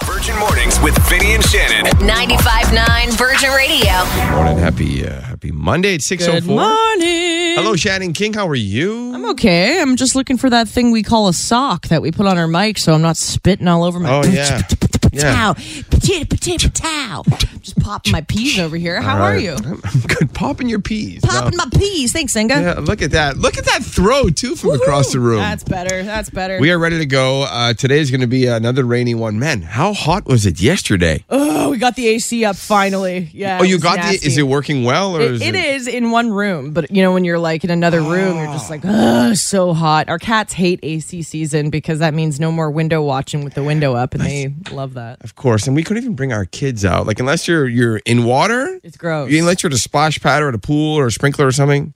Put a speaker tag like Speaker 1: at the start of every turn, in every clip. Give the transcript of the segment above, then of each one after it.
Speaker 1: Virgin Mornings with Vinny and Shannon.
Speaker 2: 95.9 Virgin Radio.
Speaker 3: Morning, happy uh, happy Monday at six oh
Speaker 4: Good
Speaker 3: four.
Speaker 4: morning.
Speaker 3: Hello, Shannon King. How are you?
Speaker 4: I'm okay. I'm just looking for that thing we call a sock that we put on our mic so I'm not spitting all over my
Speaker 3: oh yeah, yeah.
Speaker 4: Pow. Potato, potato, pow. Just popping my peas over here. How
Speaker 3: All
Speaker 4: are
Speaker 3: right.
Speaker 4: you?
Speaker 3: I'm I'm good. Popping your peas.
Speaker 4: Popping my peas. Thanks, Inga.
Speaker 3: Yeah, look at that. Look at that throw too from across the room.
Speaker 4: That's better. That's better.
Speaker 3: we are ready to go. Uh, today is going to be another rainy one. Man, how hot was it yesterday?
Speaker 4: oh, we got the AC up finally. Yeah.
Speaker 3: oh,
Speaker 4: it
Speaker 3: you
Speaker 4: was
Speaker 3: got
Speaker 4: nasty.
Speaker 3: the. Is it working well or
Speaker 4: It-
Speaker 3: is
Speaker 4: it is in one room, but you know when you're like in another room, you're just like, oh, so hot. Our cats hate AC season because that means no more window watching with the window up, and they love that.
Speaker 3: Of course, and we couldn't even bring our kids out. Like unless you're you're in water,
Speaker 4: It's gross.
Speaker 3: you- unless you're at a splash pad or at a pool or a sprinkler or something.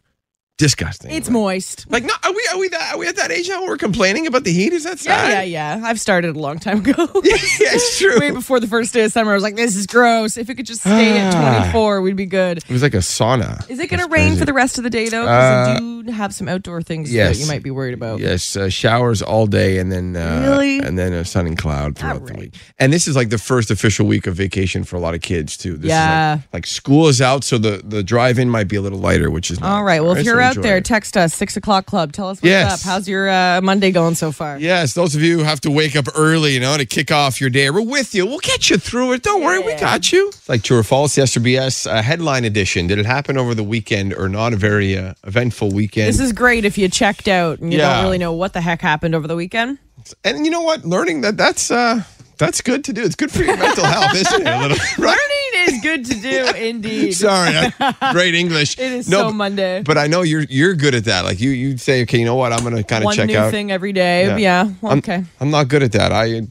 Speaker 3: Disgusting.
Speaker 4: It's moist.
Speaker 3: Like, no, are we are we that are we at that age now? where We're complaining about the heat? Is that
Speaker 4: Yeah,
Speaker 3: sad?
Speaker 4: yeah, yeah. I've started a long time ago.
Speaker 3: yeah, it's true.
Speaker 4: Way before the first day of summer, I was like, this is gross. If it could just stay at
Speaker 3: Ah.
Speaker 4: 24, we'd be good.
Speaker 3: It was like a sauna.
Speaker 4: Is it going to
Speaker 3: That's
Speaker 4: rain
Speaker 3: crazy. Uh,
Speaker 4: for the rest of the day, though? Because I do have some outdoor things
Speaker 3: yes.
Speaker 4: that you might be worried about.
Speaker 3: Yes, uh, showers all day, and then uh,
Speaker 4: Really?
Speaker 3: and then a sun and cloud throughout the
Speaker 4: Alright.
Speaker 3: week. And this is like the first official week of vacation for a lot of kids too. This
Speaker 4: Yeah.
Speaker 3: is like, like school is out, so the the drive in might be a little lighter, which is nice.
Speaker 4: All right. Well, if
Speaker 3: so
Speaker 4: you're out
Speaker 3: enjoy
Speaker 4: there,
Speaker 3: it.
Speaker 4: text us, 6 o'clock club. Tell us what's
Speaker 3: Yes.
Speaker 4: up. How's your uh, Monday going so far?
Speaker 3: Yes, those of you who have to wake up early, you know, to kick off your day. We're with you. We'll get you through it. Don't worry, we got you. It's like true or false, yes or BS, uh, headline edition. Did it happen over the weekend or not? A very uh, eventful weekend.
Speaker 4: This is great if you checked out and you
Speaker 3: Yeah.
Speaker 4: don't really know what the heck happened over the weekend.
Speaker 3: and you know what? Learning that that's uh, that's good to do. It's good for your mental health, isn't it? A little, right?
Speaker 4: Learning is good to do, indeed.
Speaker 3: Sorry, I- great English.
Speaker 4: It is
Speaker 3: No,
Speaker 4: so
Speaker 3: but-
Speaker 4: Monday.
Speaker 3: But I know you're you're good at that. Like you you say, okay, you know what? I'm gonna kind of
Speaker 4: One
Speaker 3: check
Speaker 4: new
Speaker 3: out.
Speaker 4: thing every day. Yeah.
Speaker 3: I'm-
Speaker 4: okay.
Speaker 3: I'm, not good at that. I uh,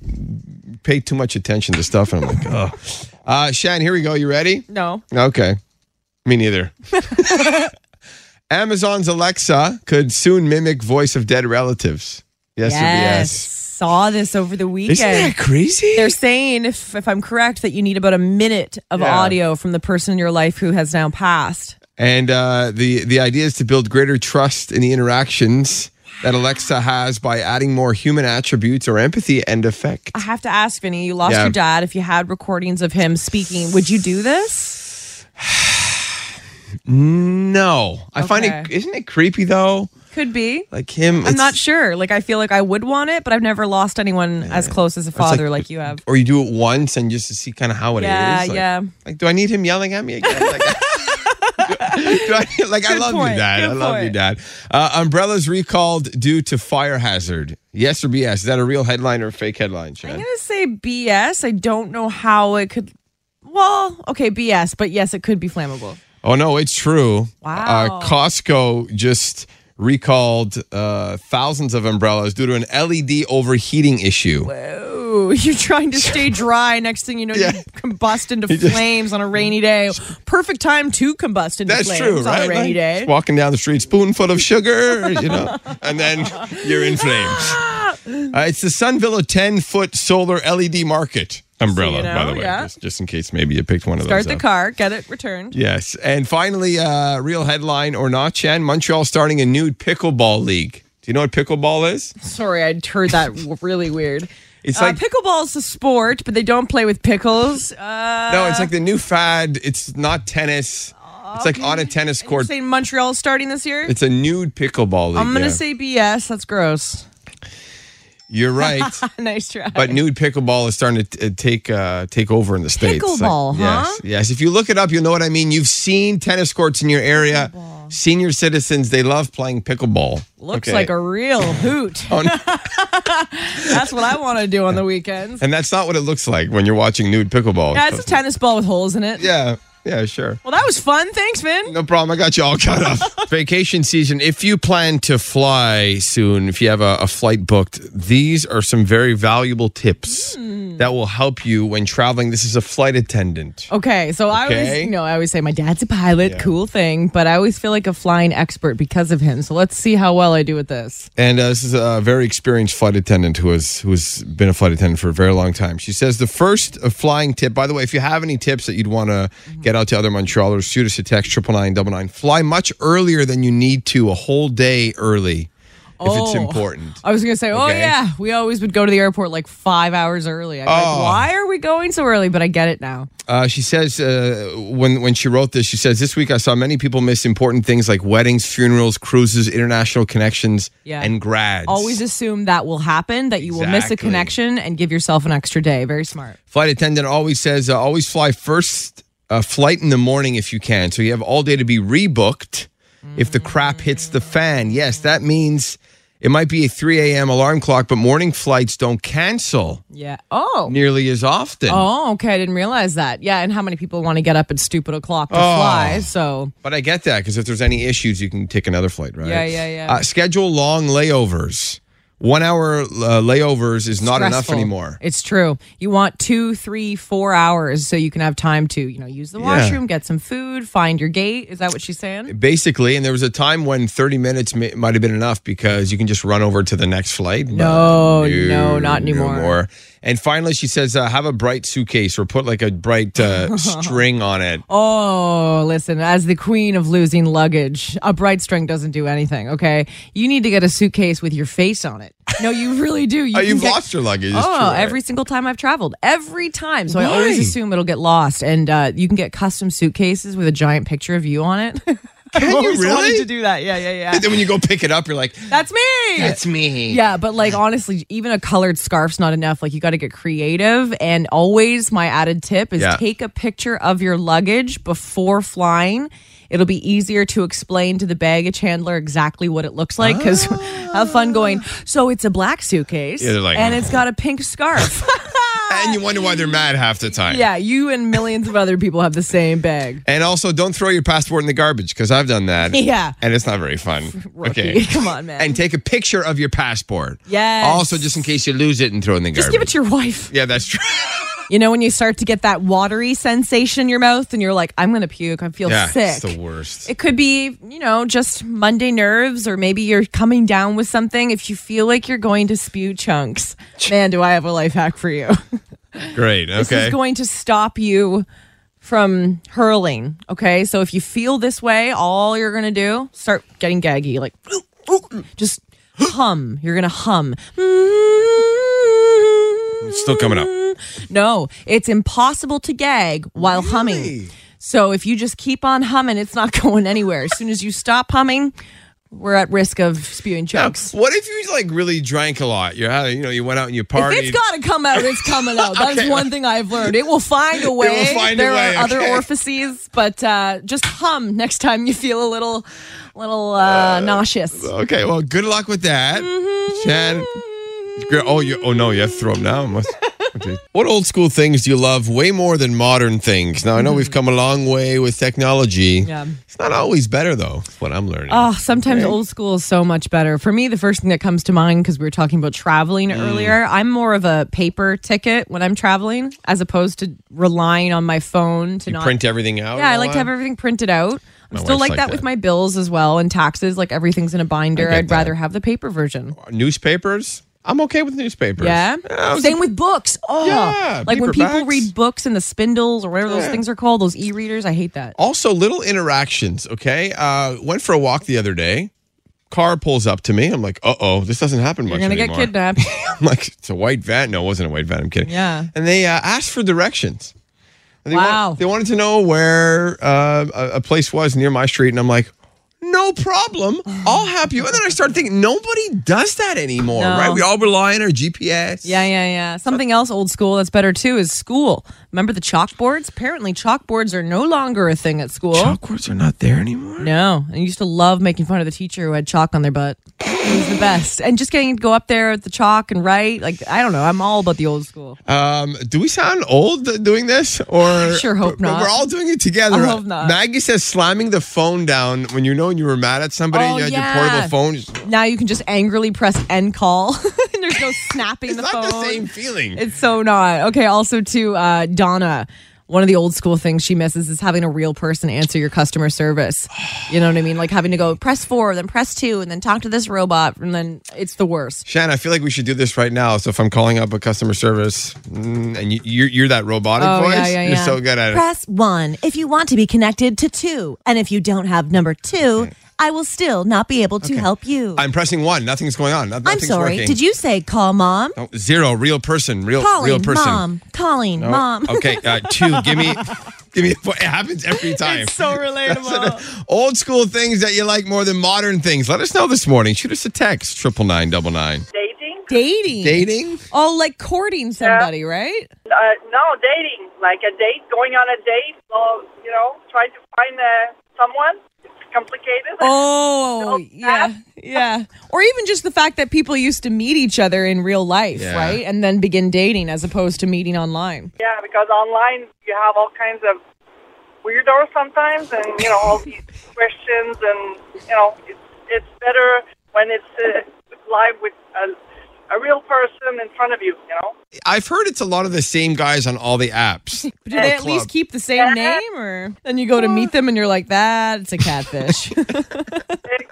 Speaker 3: pay too much attention to stuff, and I'm like, oh. Uh, Shan, here we go. You ready?
Speaker 4: No.
Speaker 3: Okay. Me neither. Amazon's Alexa could soon mimic voice of dead relatives. Yes, or
Speaker 4: Saw this over the
Speaker 3: BS. Isn't
Speaker 4: weekend.
Speaker 3: that crazy?
Speaker 4: They're saying, if, if I'm correct, that you need about a minute of
Speaker 3: Yeah.
Speaker 4: audio from the person in your life who has now passed.
Speaker 3: and uh, the the idea is to build greater trust in the interactions that Alexa has by adding more human attributes or empathy and effect.
Speaker 4: I have to ask, Vinny, you lost
Speaker 3: Yeah.
Speaker 4: your dad. If you had recordings of him speaking, would you do this?
Speaker 3: No, I find it
Speaker 4: Okay.
Speaker 3: isn't it creepy though.
Speaker 4: Could be.
Speaker 3: Like him,
Speaker 4: I'm
Speaker 3: it's-
Speaker 4: not sure. Like, I feel like I would want it, but I've never lost anyone as close as a
Speaker 3: It's
Speaker 4: father like, you have.
Speaker 3: Or you do it once and just to see kind of how it is.
Speaker 4: Yeah,
Speaker 3: Like-
Speaker 4: yeah.
Speaker 3: Like, do I need him yelling at me again? Like, do I, like I
Speaker 4: Good
Speaker 3: love you,
Speaker 4: point,
Speaker 3: Dad.
Speaker 4: good
Speaker 3: I love you,
Speaker 4: point.
Speaker 3: Dad. Uh, umbrellas recalled due to fire hazard. Yes or BS? Is that a real headline or a fake headline,
Speaker 4: I'm
Speaker 3: Chad?
Speaker 4: going to say BS. I don't know how it could. Well, okay, BS, but yes, it could be flammable.
Speaker 3: Oh no, it's true.
Speaker 4: Wow.
Speaker 3: Uh, Costco just recalled uh, thousands of umbrellas due to an LED overheating issue.
Speaker 4: Ooh, you're trying to stay dry. Next thing you know,
Speaker 3: Yeah.
Speaker 4: you combust into flames on a rainy day. Perfect time to combust into
Speaker 3: That's
Speaker 4: flames
Speaker 3: true,
Speaker 4: on
Speaker 3: right?
Speaker 4: a rainy
Speaker 3: Like,
Speaker 4: day.
Speaker 3: just walking down the street, spoonful of sugar, you know, and then you're in flames. Uh, it's the Sunvilla 10 foot solar LED market umbrella,
Speaker 4: you know,
Speaker 3: by the way,
Speaker 4: yeah.
Speaker 3: just, just in case maybe you picked one of those.
Speaker 4: Start the
Speaker 3: up.
Speaker 4: car, get it returned.
Speaker 3: Yes. And finally, uh, real headline or not, Chan, Montreal starting a new pickleball league. Do you know what pickleball is?
Speaker 4: Sorry, I heard that w- really weird.
Speaker 3: It's
Speaker 4: uh,
Speaker 3: like-
Speaker 4: pickleball's a sport, but they don't play with pickles. Uh,
Speaker 3: no, it's like the new fad. It's not tennis. It's like on a tennis
Speaker 4: you're
Speaker 3: court.
Speaker 4: saying Montreal's starting this year.
Speaker 3: It's a nude pickleball league.
Speaker 4: I'm gonna
Speaker 3: yeah.
Speaker 4: say BS. That's gross.
Speaker 3: You're right.
Speaker 4: nice try.
Speaker 3: But nude pickleball is starting to t- take uh, take over in the states. Like,
Speaker 4: Pickleball, huh?
Speaker 3: Yes, yes. If you look it up, you'll know what I mean. You've seen tennis courts in your area. Senior citizens they love playing pickleball.
Speaker 4: Looks
Speaker 3: Okay.
Speaker 4: like a real hoot.
Speaker 3: Oh, no.
Speaker 4: That's what I want to do on the weekends.
Speaker 3: and that's not what it looks like when you're watching nude pickleball.
Speaker 4: Yeah, it's a tennis ball with holes in it.
Speaker 3: yeah, yeah, sure.
Speaker 4: Well, that was fun. Thanks, Vin.
Speaker 3: No problem. I got you all caught up. Vacation season. If you plan to fly soon, if you have a, a flight booked, these are some very valuable tips that will help you when traveling. This is a flight attendant.
Speaker 4: Okay, so I
Speaker 3: Okay.
Speaker 4: always, you know, I always say my dad's a pilot, cool thing, but I always feel like a flying expert because of him. So let's see how well I do with this.
Speaker 3: And uh, this is a very experienced flight attendant who has who's been a flight attendant for a very long time. She says the first uh, flying tip. By the way, if you have any tips that you'd want to get out to other Montrealers, shoot us a text triple nine double nine. Fly much earlier than you need to, a whole day early. if it's
Speaker 4: Oh.
Speaker 3: important.
Speaker 4: I was gonna say, oh
Speaker 3: Okay.
Speaker 4: yeah, we always would go to the airport like five hours early. I'm
Speaker 3: Oh.
Speaker 4: like, why are we going so early? But I get it now.
Speaker 3: Uh, she says uh, when when she wrote this, she says this week I saw many people miss important things like weddings, funerals, cruises, international connections,
Speaker 4: Yeah.
Speaker 3: and grads.
Speaker 4: Always assume that will happen, that you will miss
Speaker 3: Exactly.
Speaker 4: a connection, and give yourself an extra day. Very smart.
Speaker 3: flight attendant always says uh, always fly first uh, flight in the morning if you can, so you have all day to be rebooked if the crap hits the fan. Yes, that means it might be a 3 a.m. alarm clock, but morning flights don't cancel
Speaker 4: Yeah. Oh.
Speaker 3: nearly as often.
Speaker 4: Oh, okay. I didn't realize that. Yeah, and how many people want to get up at stupid o'clock to
Speaker 3: Oh.
Speaker 4: fly? So
Speaker 3: But I get that because if there's any issues, you can take another flight, right?
Speaker 4: Yeah, yeah, yeah.
Speaker 3: Uh, schedule long layovers. One hour uh, layovers is not enough
Speaker 4: stressful.
Speaker 3: anymore.
Speaker 4: It's true. You want two, three, four hours so you can have time to, you know, use the washroom, get some food, find your gate. Is that what she's saying?
Speaker 3: Basically, and there was a time when 30 minutes mi- might have been enough because you can just run over to the next flight.
Speaker 4: No,
Speaker 3: But
Speaker 4: no, not anymore.
Speaker 3: And finally, she says, uh, have a bright suitcase or put like a bright uh, string on it.
Speaker 4: Oh, listen, as the queen of losing luggage, a bright string doesn't do anything, okay? You need to get a suitcase with your face on it. No, you really do. You
Speaker 3: Oh,
Speaker 4: can
Speaker 3: you've
Speaker 4: get-
Speaker 3: lost your luggage. It's
Speaker 4: Oh,
Speaker 3: true.
Speaker 4: every single time I've traveled, every time. So I always
Speaker 3: Why?
Speaker 4: assume it'll get lost, and uh, you can get custom suitcases with a giant picture of you on it.
Speaker 3: Can
Speaker 4: I've
Speaker 3: you
Speaker 4: always
Speaker 3: really?
Speaker 4: wanted to do that. Yeah, yeah, yeah.
Speaker 3: Then when you go pick it up, you're like,
Speaker 4: That's me.
Speaker 3: that's me.
Speaker 4: Yeah, but like honestly, even a colored scarf's not enough. Like you got to get creative. And always, my added tip is
Speaker 3: Yeah.
Speaker 4: take a picture of your luggage before flying. It'll be easier to explain to the baggage handler exactly what it looks like because have fun going. So it's a black suitcase,
Speaker 3: Yeah, they're like-
Speaker 4: and it's got a pink scarf.
Speaker 3: And you wonder why they're mad half the time.
Speaker 4: yeah, you and millions of other people have the same bag.
Speaker 3: And also, don't throw your passport in the garbage because I've done that.
Speaker 4: Yeah.
Speaker 3: And it's not very fun.
Speaker 4: Rookie. Come on, man.
Speaker 3: And take a picture of your passport.
Speaker 4: Yes.
Speaker 3: Also, just in case you lose it and throw it in the
Speaker 4: Just
Speaker 3: garbage.
Speaker 4: give it to your wife.
Speaker 3: yeah, that's true.
Speaker 4: You know when you start to get that watery sensation in your mouth, and you're like, "I'm gonna puke. I feel
Speaker 3: yeah,
Speaker 4: sick."
Speaker 3: it's the worst.
Speaker 4: It could be, you know, just Monday nerves, or maybe you're coming down with something. If you feel like you're going to spew chunks, man, do I have a life hack for you.
Speaker 3: Great. Okay.
Speaker 4: this is going to stop you from hurling. Okay. So if you feel this way, all you're going to do, start getting gaggy. Like, just hum. You're going to hum.
Speaker 3: It's still coming up.
Speaker 4: No, it's impossible to gag while humming. So if you just keep on humming, it's not going anywhere. As soon as you stop humming, we're at risk of spewing chunks.
Speaker 3: What if you like really drank a lot? You're out, you know, you went out and you partied.
Speaker 4: If it's got to come out, it's coming out. That's one thing I've learned. It will find a way.
Speaker 3: find a
Speaker 4: there
Speaker 3: way,
Speaker 4: are other
Speaker 3: okay.
Speaker 4: orifices, but uh, just hum next time you feel a little, little uh, nauseous.
Speaker 3: okay. Well, good luck with that,
Speaker 4: Mm-hmm.
Speaker 3: Chad. Girl, oh, you. Oh no, you have to throw them down. What- okay. What old school things do you love way more than modern things? Now I know we've come a long way with technology.
Speaker 4: Mm-hmm. Yeah.
Speaker 3: It's not always better though. is What I'm learning.
Speaker 4: Oh, sometimes old school is so much better. For me, the first thing that comes to mind because we were talking about traveling
Speaker 3: Mm.
Speaker 4: earlier, I'm more of a paper ticket when I'm traveling as opposed to relying on my phone to
Speaker 3: you
Speaker 4: not
Speaker 3: print everything out.
Speaker 4: Yeah,
Speaker 3: and
Speaker 4: I
Speaker 3: all
Speaker 4: like to have
Speaker 3: that?
Speaker 4: everything printed out. I'm
Speaker 3: My wife's
Speaker 4: still like
Speaker 3: like
Speaker 4: that,
Speaker 3: that.
Speaker 4: with my bills as well and taxes. Like everything's in a binder.
Speaker 3: get
Speaker 4: I'd rather
Speaker 3: that.
Speaker 4: have the paper version.
Speaker 3: newspapers. I'm okay with newspapers.
Speaker 4: Yeah.
Speaker 3: I was-
Speaker 4: Same with books. Oh,
Speaker 3: Yeah,
Speaker 4: like when people
Speaker 3: paperbacks.
Speaker 4: read books and the spindles or whatever those things are called, those e-readers. I hate that.
Speaker 3: Also, little interactions. Okay, uh, went for a walk the other day. Car pulls up to me. I'm like, uh oh, this doesn't happen much
Speaker 4: You're gonna
Speaker 3: anymore.
Speaker 4: get kidnapped.
Speaker 3: I'm like, it's a white van. No, it wasn't a white van. I'm kidding.
Speaker 4: Yeah.
Speaker 3: And they uh, asked for directions. And They
Speaker 4: Wow.
Speaker 3: Want, they wanted to know where uh, a, a place was near my street, and I'm like. No problem. I'll help you. And then I start thinking nobody does that anymore,
Speaker 4: No.
Speaker 3: right? We all rely on our GPS.
Speaker 4: yeah, yeah, yeah. Something else old school that's better too is school. Remember the chalkboards? Apparently, chalkboards are no longer a thing at school.
Speaker 3: Chalkboards are not there anymore.
Speaker 4: No, I used to love making fun of the teacher who had chalk on their butt. It was the best. And just getting to go up there with the chalk and write. Like, I don't know. I'm all about the old school.
Speaker 3: Um, do we sound old th- doing this? Or
Speaker 4: sure hope
Speaker 3: but- but
Speaker 4: not.
Speaker 3: We're all doing it together.
Speaker 4: I hope not.
Speaker 3: Maggie says slamming the phone down when you know you were mad at somebody and
Speaker 4: Oh,
Speaker 3: you had
Speaker 4: yeah.
Speaker 3: your portable phone. It's
Speaker 4: Now you can just angrily press end call, and there's no snapping the
Speaker 3: not
Speaker 4: phone.
Speaker 3: the same feeling.
Speaker 4: It's so not. Okay, also to uh, Donna, one of the old school things she misses is having a real person answer your customer service. You know what I mean? Like having to go press four, then press two, and then talk to this robot, and then it's the worst.
Speaker 3: Shannon, I feel like we should do this right now. So if I'm calling up a customer service mm, and you, you're, you're that robotic
Speaker 4: Oh,
Speaker 3: voice,
Speaker 4: yeah, yeah,
Speaker 3: you're
Speaker 4: yeah.
Speaker 3: so good at it.
Speaker 5: Press 1 if you want to be connected to 2. And if you don't have number 2,
Speaker 4: I will still not be able to help you.
Speaker 3: I'm pressing one. Nothing's going on. Nothing's
Speaker 4: I'm sorry.
Speaker 3: Working.
Speaker 4: Did you say call mom?
Speaker 3: No, zero. Real person. Real.
Speaker 4: Calling
Speaker 3: real person.
Speaker 4: mom. Calling
Speaker 3: No.
Speaker 4: mom.
Speaker 3: Okay. Uh, two. Give me. Give me. It happens every time.
Speaker 4: It's so relatable.
Speaker 3: Old school things that you like more than modern things. Let us know this morning. Shoot us a text. Triple nine double nine.
Speaker 5: Dating?
Speaker 4: Dating.
Speaker 3: Dating.
Speaker 4: Oh, like courting somebody, right?
Speaker 5: Uh, no, dating. Like a date, going on a date, or, you know, trying to find uh, someone. It's complicated.
Speaker 4: Oh,
Speaker 5: No,
Speaker 4: yeah, yeah. Or even just the fact that people used to meet each other in real life,
Speaker 3: Yeah.
Speaker 4: right? And then begin dating as opposed to meeting online.
Speaker 5: Yeah, because online you have all kinds of weirdos sometimes, and you know all these questions, and you know it's it's better when it's uh, live with a, a real person in front of you. You know,
Speaker 3: I've heard it's a lot of the same guys on all the apps.
Speaker 4: Do they at
Speaker 3: club.
Speaker 4: least keep the same name, or then you go to meet them and you're like, that it's a catfish.
Speaker 5: exactly,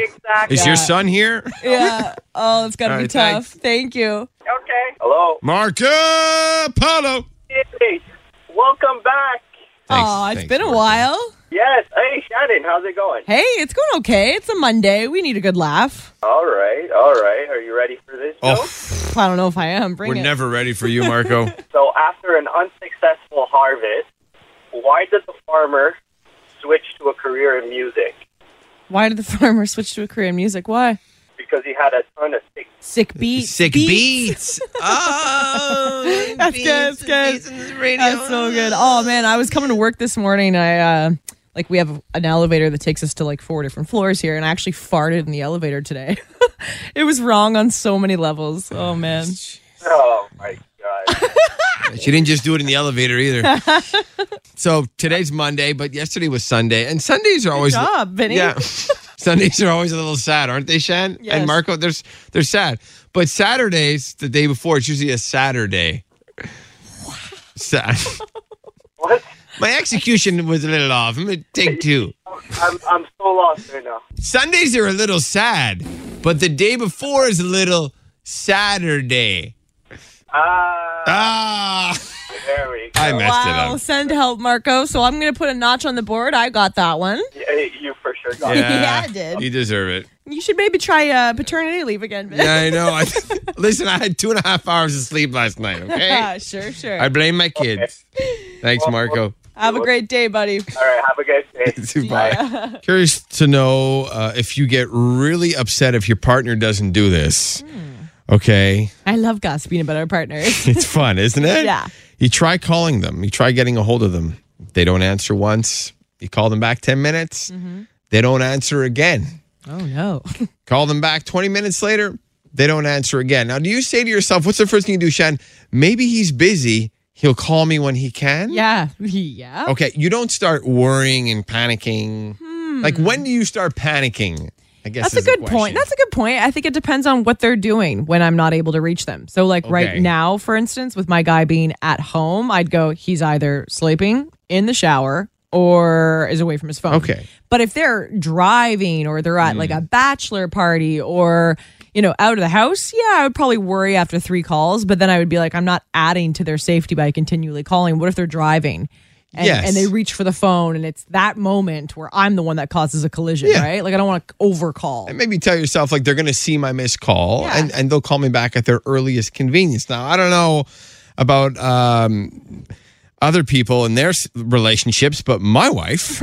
Speaker 5: exactly.
Speaker 3: Is your son here?
Speaker 4: yeah. Oh, it's gotta
Speaker 3: All
Speaker 4: be
Speaker 3: right,
Speaker 4: tough.
Speaker 3: thanks.
Speaker 4: Thank you.
Speaker 5: Okay. Hello.
Speaker 3: Marco Polo.
Speaker 5: Hey, welcome back.
Speaker 3: Thanks.
Speaker 4: oh, it's
Speaker 3: Thanks,
Speaker 4: been a
Speaker 3: Marco.
Speaker 4: while.
Speaker 5: Yes. Hey, Shannon, how's it going?
Speaker 4: Hey, it's going okay. It's a Monday. We need a good laugh.
Speaker 5: All right, all right. Are you ready for this?
Speaker 3: Oh,
Speaker 4: I don't know if I am. Bring
Speaker 3: we're
Speaker 4: it.
Speaker 3: never ready for you, Marco.
Speaker 5: So after an unsuccessful harvest, why did the farmer switch to a career in music?
Speaker 4: Why did the farmer switch to a career in music? Why?
Speaker 5: Because he had a ton of sick.
Speaker 4: Sick beat.
Speaker 3: Sick
Speaker 4: beats.
Speaker 3: beats. Oh,
Speaker 4: That's good, that's good.
Speaker 3: beats on the radio.
Speaker 4: That's so good. Oh man, I was coming to work this morning. I uh, like we have an elevator that takes us to like four different floors here, and I actually farted in the elevator today. it was wrong on so many levels. Oh man,
Speaker 5: Oh my god!
Speaker 3: She didn't just do it in the elevator either. so today's Monday, but yesterday was Sunday, and Sundays are always
Speaker 4: job, Vinny.
Speaker 3: yeah. Sundays are always a little sad, aren't they, Shan?
Speaker 4: Yes.
Speaker 3: And Marco, they're s- they're sad. But Saturdays, the day before, it's usually a Saturday. Sad.
Speaker 5: What?
Speaker 3: My execution was a little off. I'm gonna take two.
Speaker 5: I'm I'm so lost right now.
Speaker 3: Sundays are a little sad, but the day before is a little Saturday.
Speaker 5: Ah,
Speaker 3: Ah,
Speaker 5: there we go.
Speaker 3: I messed
Speaker 4: Wow,
Speaker 3: it up.
Speaker 4: send help, Marco. So I'm gonna put a notch on the board. I got that one.
Speaker 5: Yeah, you for sure got it.
Speaker 4: Yeah, I did.
Speaker 3: You deserve it.
Speaker 4: You should maybe try uh, paternity leave again. Vin.
Speaker 3: Yeah, I know. I, listen, I had two and a half hours of sleep last night, okay?
Speaker 4: sure, sure.
Speaker 3: I blame my kids. Thanks, Marco.
Speaker 4: Have a great day, buddy.
Speaker 5: All right, have a good day.
Speaker 3: Bye. Curious to know uh, if you get really upset if your partner doesn't do this.
Speaker 4: Hmm.
Speaker 3: Okay.
Speaker 4: I love gossiping about our partners.
Speaker 3: It's fun, isn't it?
Speaker 4: Yeah.
Speaker 3: You try calling them, you try getting a hold of them. They don't answer once. You call them back 10 minutes,
Speaker 4: Mm-hmm.
Speaker 3: they don't answer again.
Speaker 4: oh no.
Speaker 3: Call them back 20 minutes later. They don't answer again. Now, do you say to yourself, what's the first thing you do, Shan? Maybe he's busy. He'll call me when he can.
Speaker 4: Yeah, yeah.
Speaker 3: Okay. You don't start worrying and panicking. Like, when do you start panicking? I guess
Speaker 4: Hmm. That's a
Speaker 3: is the
Speaker 4: good point.
Speaker 3: question.
Speaker 4: That's a good point. I think it depends on what they're doing when I'm not able to reach them. So, like right
Speaker 3: Okay.
Speaker 4: now, for instance, with my guy being at home, I'd go, he's either sleeping in the shower or is away from his phone.
Speaker 3: Okay. Mm.
Speaker 4: But if they're driving or they're at like a bachelor party or, you know, out of the house, yeah, I would probably worry after three calls. But then I would be like, I'm not adding to their safety by continually calling. What if they're driving? And,
Speaker 3: Yes.
Speaker 4: and they reach for the phone, and it's that moment where I'm the one that causes a collision,
Speaker 3: Yeah.
Speaker 4: right? Like I don't want to overcall.
Speaker 3: And maybe tell yourself, like, they're going to see my missed call
Speaker 4: Yeah.
Speaker 3: and, and they'll call me back at their earliest convenience. Now, I don't know about um, other people and their s- relationships, but my wife,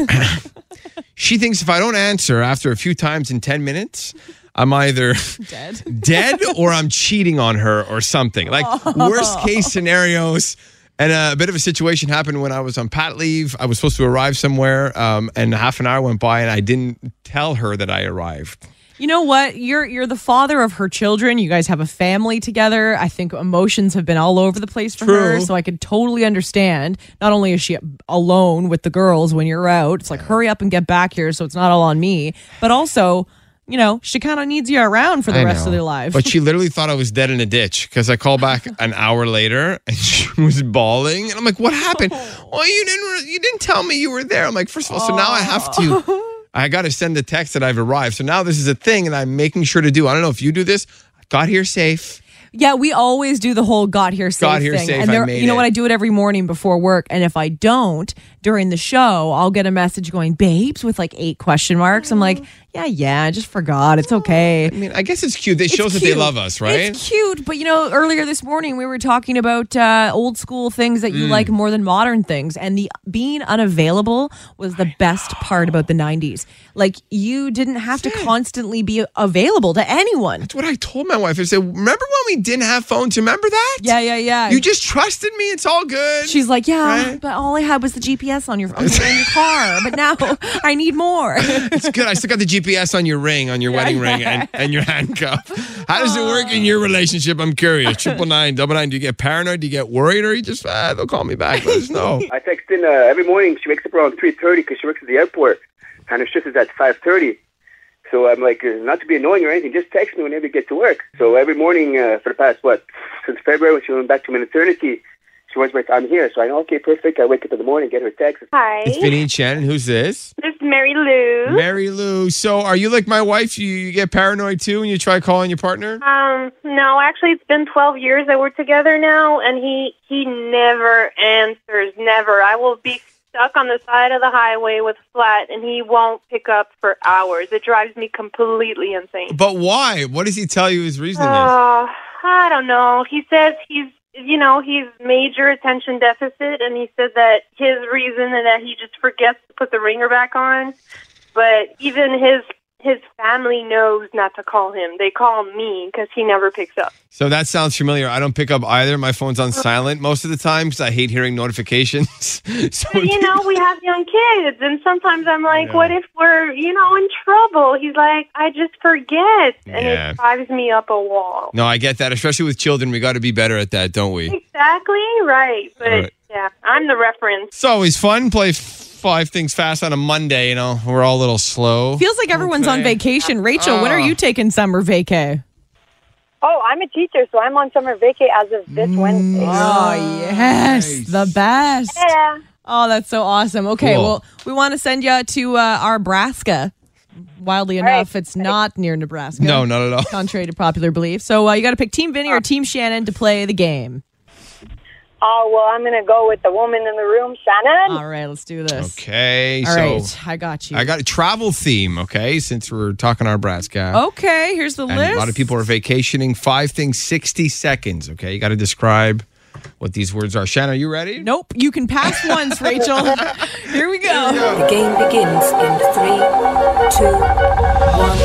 Speaker 3: she thinks if I don't answer after a few times in 10 minutes, I'm either
Speaker 4: Dead.
Speaker 3: dead or I'm cheating on her or something. Like worst case scenarios. And uh, a bit of a situation happened when I was on pat leave. I was supposed to arrive somewhere, um, and half an hour went by, and I didn't tell her that I arrived.
Speaker 4: You know what? You're you're the father of her children. You guys have a family together. I think emotions have been all over the place for her,
Speaker 3: True.
Speaker 4: so I could totally understand. Not only is she alone with the girls when you're out, it's like hurry up and get back here, so it's not all on me. But also, you know, she kind of needs you around for the
Speaker 3: I
Speaker 4: rest of
Speaker 3: know.
Speaker 4: their life.
Speaker 3: But she literally thought I was dead in a ditch because I called back an hour later and she was bawling, and I'm like, "What happened? Oh, you didn't you didn't tell me you were there." I'm like, first of all, so now I have to.
Speaker 4: Oh.
Speaker 3: I got to send a text that I've arrived. So now this is a thing, and I'm making sure to do. I don't know if you do this. I got here safe.
Speaker 4: Yeah, we always do the whole got here safe
Speaker 3: Got here
Speaker 4: thing.
Speaker 3: safe,
Speaker 4: and
Speaker 3: I
Speaker 4: there,
Speaker 3: made
Speaker 4: you know what?
Speaker 3: it.
Speaker 4: I do it every morning before work, and if I don't during the show, I'll get a message going, "Babes," with like eight question marks. I'm like, "Yeah, yeah, I just forgot. It's okay."
Speaker 3: I mean, I guess it's cute. It
Speaker 4: It's
Speaker 3: shows that they
Speaker 4: cute.
Speaker 3: love us, right?
Speaker 4: It's cute, but you know, earlier this morning we were talking about uh, old school things that you
Speaker 3: Mm.
Speaker 4: like more than modern things, and the being unavailable was the best part about the '90s. Like you didn't have to constantly be available to anyone.
Speaker 3: That's what I told my wife. I said, "Remember when we didn't have phones? Remember that?
Speaker 4: Yeah, yeah, yeah.
Speaker 3: You just trusted me. It's all good."
Speaker 4: She's like, yeah,
Speaker 3: Right?
Speaker 4: but all I had was the GPS on your on your, in your car, but now I need more.
Speaker 3: it's good. I still got the GPS on your ring, on your wedding ring, and, and your handcuff. How does it work in your relationship? I'm curious. Triple nine, double nine. Do you get paranoid? Do you get worried, or you just ah, they'll call me back? Let us know.
Speaker 6: I text in uh, every morning. She wakes up around three thirty because she works at the airport, and her shift is at five thirty. So I'm like, uh, not to be annoying or anything, just text me whenever you get to work. So every morning uh, for the past what since February when she went back to maternity, she was like, I'm here. So I know, okay, perfect. I wake up in the morning, get her text.
Speaker 7: Hi,
Speaker 3: It's Vinny and Shannon. Who's this?
Speaker 7: this is Mary Lou.
Speaker 3: Mary Lou. So, are you like my wife? You, you get paranoid too when you try calling your partner?
Speaker 7: um, no, actually, it's been 12 years that we're together now, and he he never answers. Never. I will be stuck on the side of the highway with flat, and he won't pick up for hours. It drives me completely insane.
Speaker 3: But why? What does he tell you his reasoning is?
Speaker 7: Uh, I don't know. He says he's, you know, he's major attention deficit, and he said that his reason and that he just forgets to put the ringer back on. But even his his family knows not to call him. They call me because he never picks up.
Speaker 3: So that sounds familiar. I don't pick up either. My phone's on silent most of the time because I hate hearing notifications. so
Speaker 7: But you know, we have young kids, and sometimes I'm like, what if we're, you know, in trouble? He's like, I just forget, and
Speaker 3: Yeah.
Speaker 7: it drives me up a wall.
Speaker 3: no, I get that. Especially with children, we got to be better at that, don't we?
Speaker 7: Exactly right, but
Speaker 3: Right.
Speaker 7: yeah, I'm the reference.
Speaker 3: It's always fun. Play f- five things fast on a Monday. You know, we're all a little slow.
Speaker 4: Feels like everyone's on vacation. Rachel, when are
Speaker 3: Oh.
Speaker 4: you taking summer vacay?
Speaker 8: Oh, I'm a teacher, so I'm on summer vacay as of
Speaker 3: Mm.
Speaker 8: this Wednesday.
Speaker 4: Oh yes, the best.
Speaker 7: Yeah.
Speaker 4: Oh, that's so awesome. Okay,
Speaker 3: Cool.
Speaker 4: well, we want to send you to uh, our Nebraska. Wildly enough, it's not near Nebraska.
Speaker 3: No, not at all.
Speaker 4: Contrary to popular belief. So uh, you got to pick Team Vinny or Team Shannon to play the game.
Speaker 8: Oh, well, I'm going to go with the woman in the room,
Speaker 7: Um,
Speaker 8: Shannon.
Speaker 4: All right, let's do this.
Speaker 3: Okay,
Speaker 4: All
Speaker 3: so
Speaker 4: right, I got you.
Speaker 3: I got a travel theme. Okay, since we're talking our brass guy.
Speaker 4: okay, here's the
Speaker 3: And
Speaker 4: Oh, list.
Speaker 3: a lot of people are vacationing. Five things, 60 seconds. Okay, you got to describe what these words are. Shannon, are you ready?
Speaker 4: Nope, you can pass once, Rachel. Here we go.
Speaker 9: The game begins in three, two, one.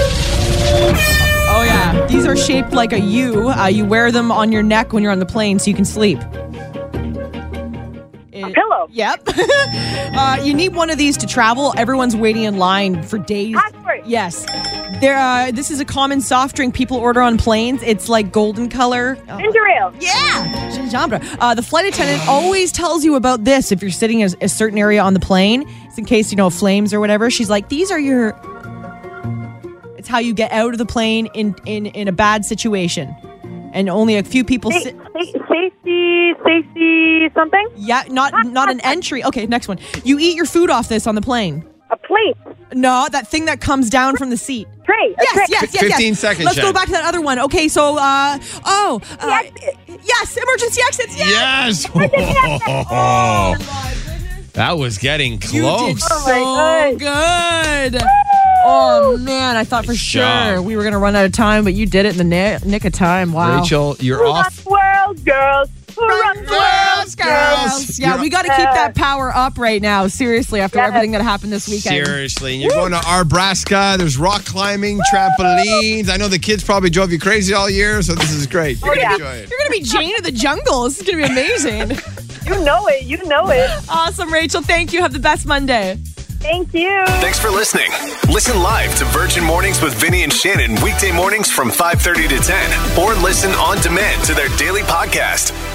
Speaker 4: Oh yeah, these are shaped like a U. Uh, you wear them on your neck when you're on the plane so you can sleep. It-
Speaker 8: Pillow.
Speaker 4: Yep. uh, you need one of these to travel. Everyone's waiting in line for days.
Speaker 8: Passport.
Speaker 4: Yes. There. Uh, this is a common soft drink people order on planes. It's like golden color. Uh,
Speaker 8: Ginger ale.
Speaker 4: yeah, gingerbread. Uh, the flight attendant always tells you about this if you're sitting in a certain area on the plane. It's in case you know flames or whatever. She's like, these are your. It's how you get out of the plane in in in a bad situation, and only a few people.
Speaker 8: Sa-
Speaker 4: Sit-
Speaker 8: sa- Safety, safety, something?
Speaker 4: yeah, not not an entry. Okay, next one. You eat your food off this on the plane.
Speaker 8: A plate.
Speaker 4: No, that thing that comes down from the seat.
Speaker 8: Tray. A tray.
Speaker 4: Yes, yes, yes,
Speaker 3: 15
Speaker 4: yes.
Speaker 3: seconds,
Speaker 4: Let's go
Speaker 3: Jen.
Speaker 4: back to that other one. Okay, so uh oh, uh, yes, emergency exits. Yes.
Speaker 3: Yes. Oh, that was getting
Speaker 4: You did
Speaker 3: close.
Speaker 4: so
Speaker 8: Oh my
Speaker 4: good. Oh man, I thought for
Speaker 3: Nice
Speaker 4: sure
Speaker 3: job.
Speaker 4: we were gonna run out of time, but you did it in the na- nick of time. Wow.
Speaker 3: Rachel, you're
Speaker 8: Who
Speaker 3: off.
Speaker 8: runs the world, girls? Who runs the world?
Speaker 3: girls.
Speaker 4: Yeah,
Speaker 3: You're-
Speaker 4: we got to keep that power up right now. Seriously, after everything that happened this weekend.
Speaker 3: Seriously, and you're going to Arbraska. There's rock climbing, trampolines. I know the kids probably drove you crazy all year, so this is great.
Speaker 4: Oh,
Speaker 3: You're gonna enjoy it.
Speaker 4: You're going to be Jane of the Jungle. This is going to be amazing.
Speaker 8: You know it. You know it.
Speaker 4: awesome, Rachel. Thank you. Have the best Monday.
Speaker 8: Thank you.
Speaker 1: Thanks for listening. Listen live to Virgin Mornings with Vinny and Shannon weekday mornings from 5:30 to 10 or listen on demand to their daily podcast.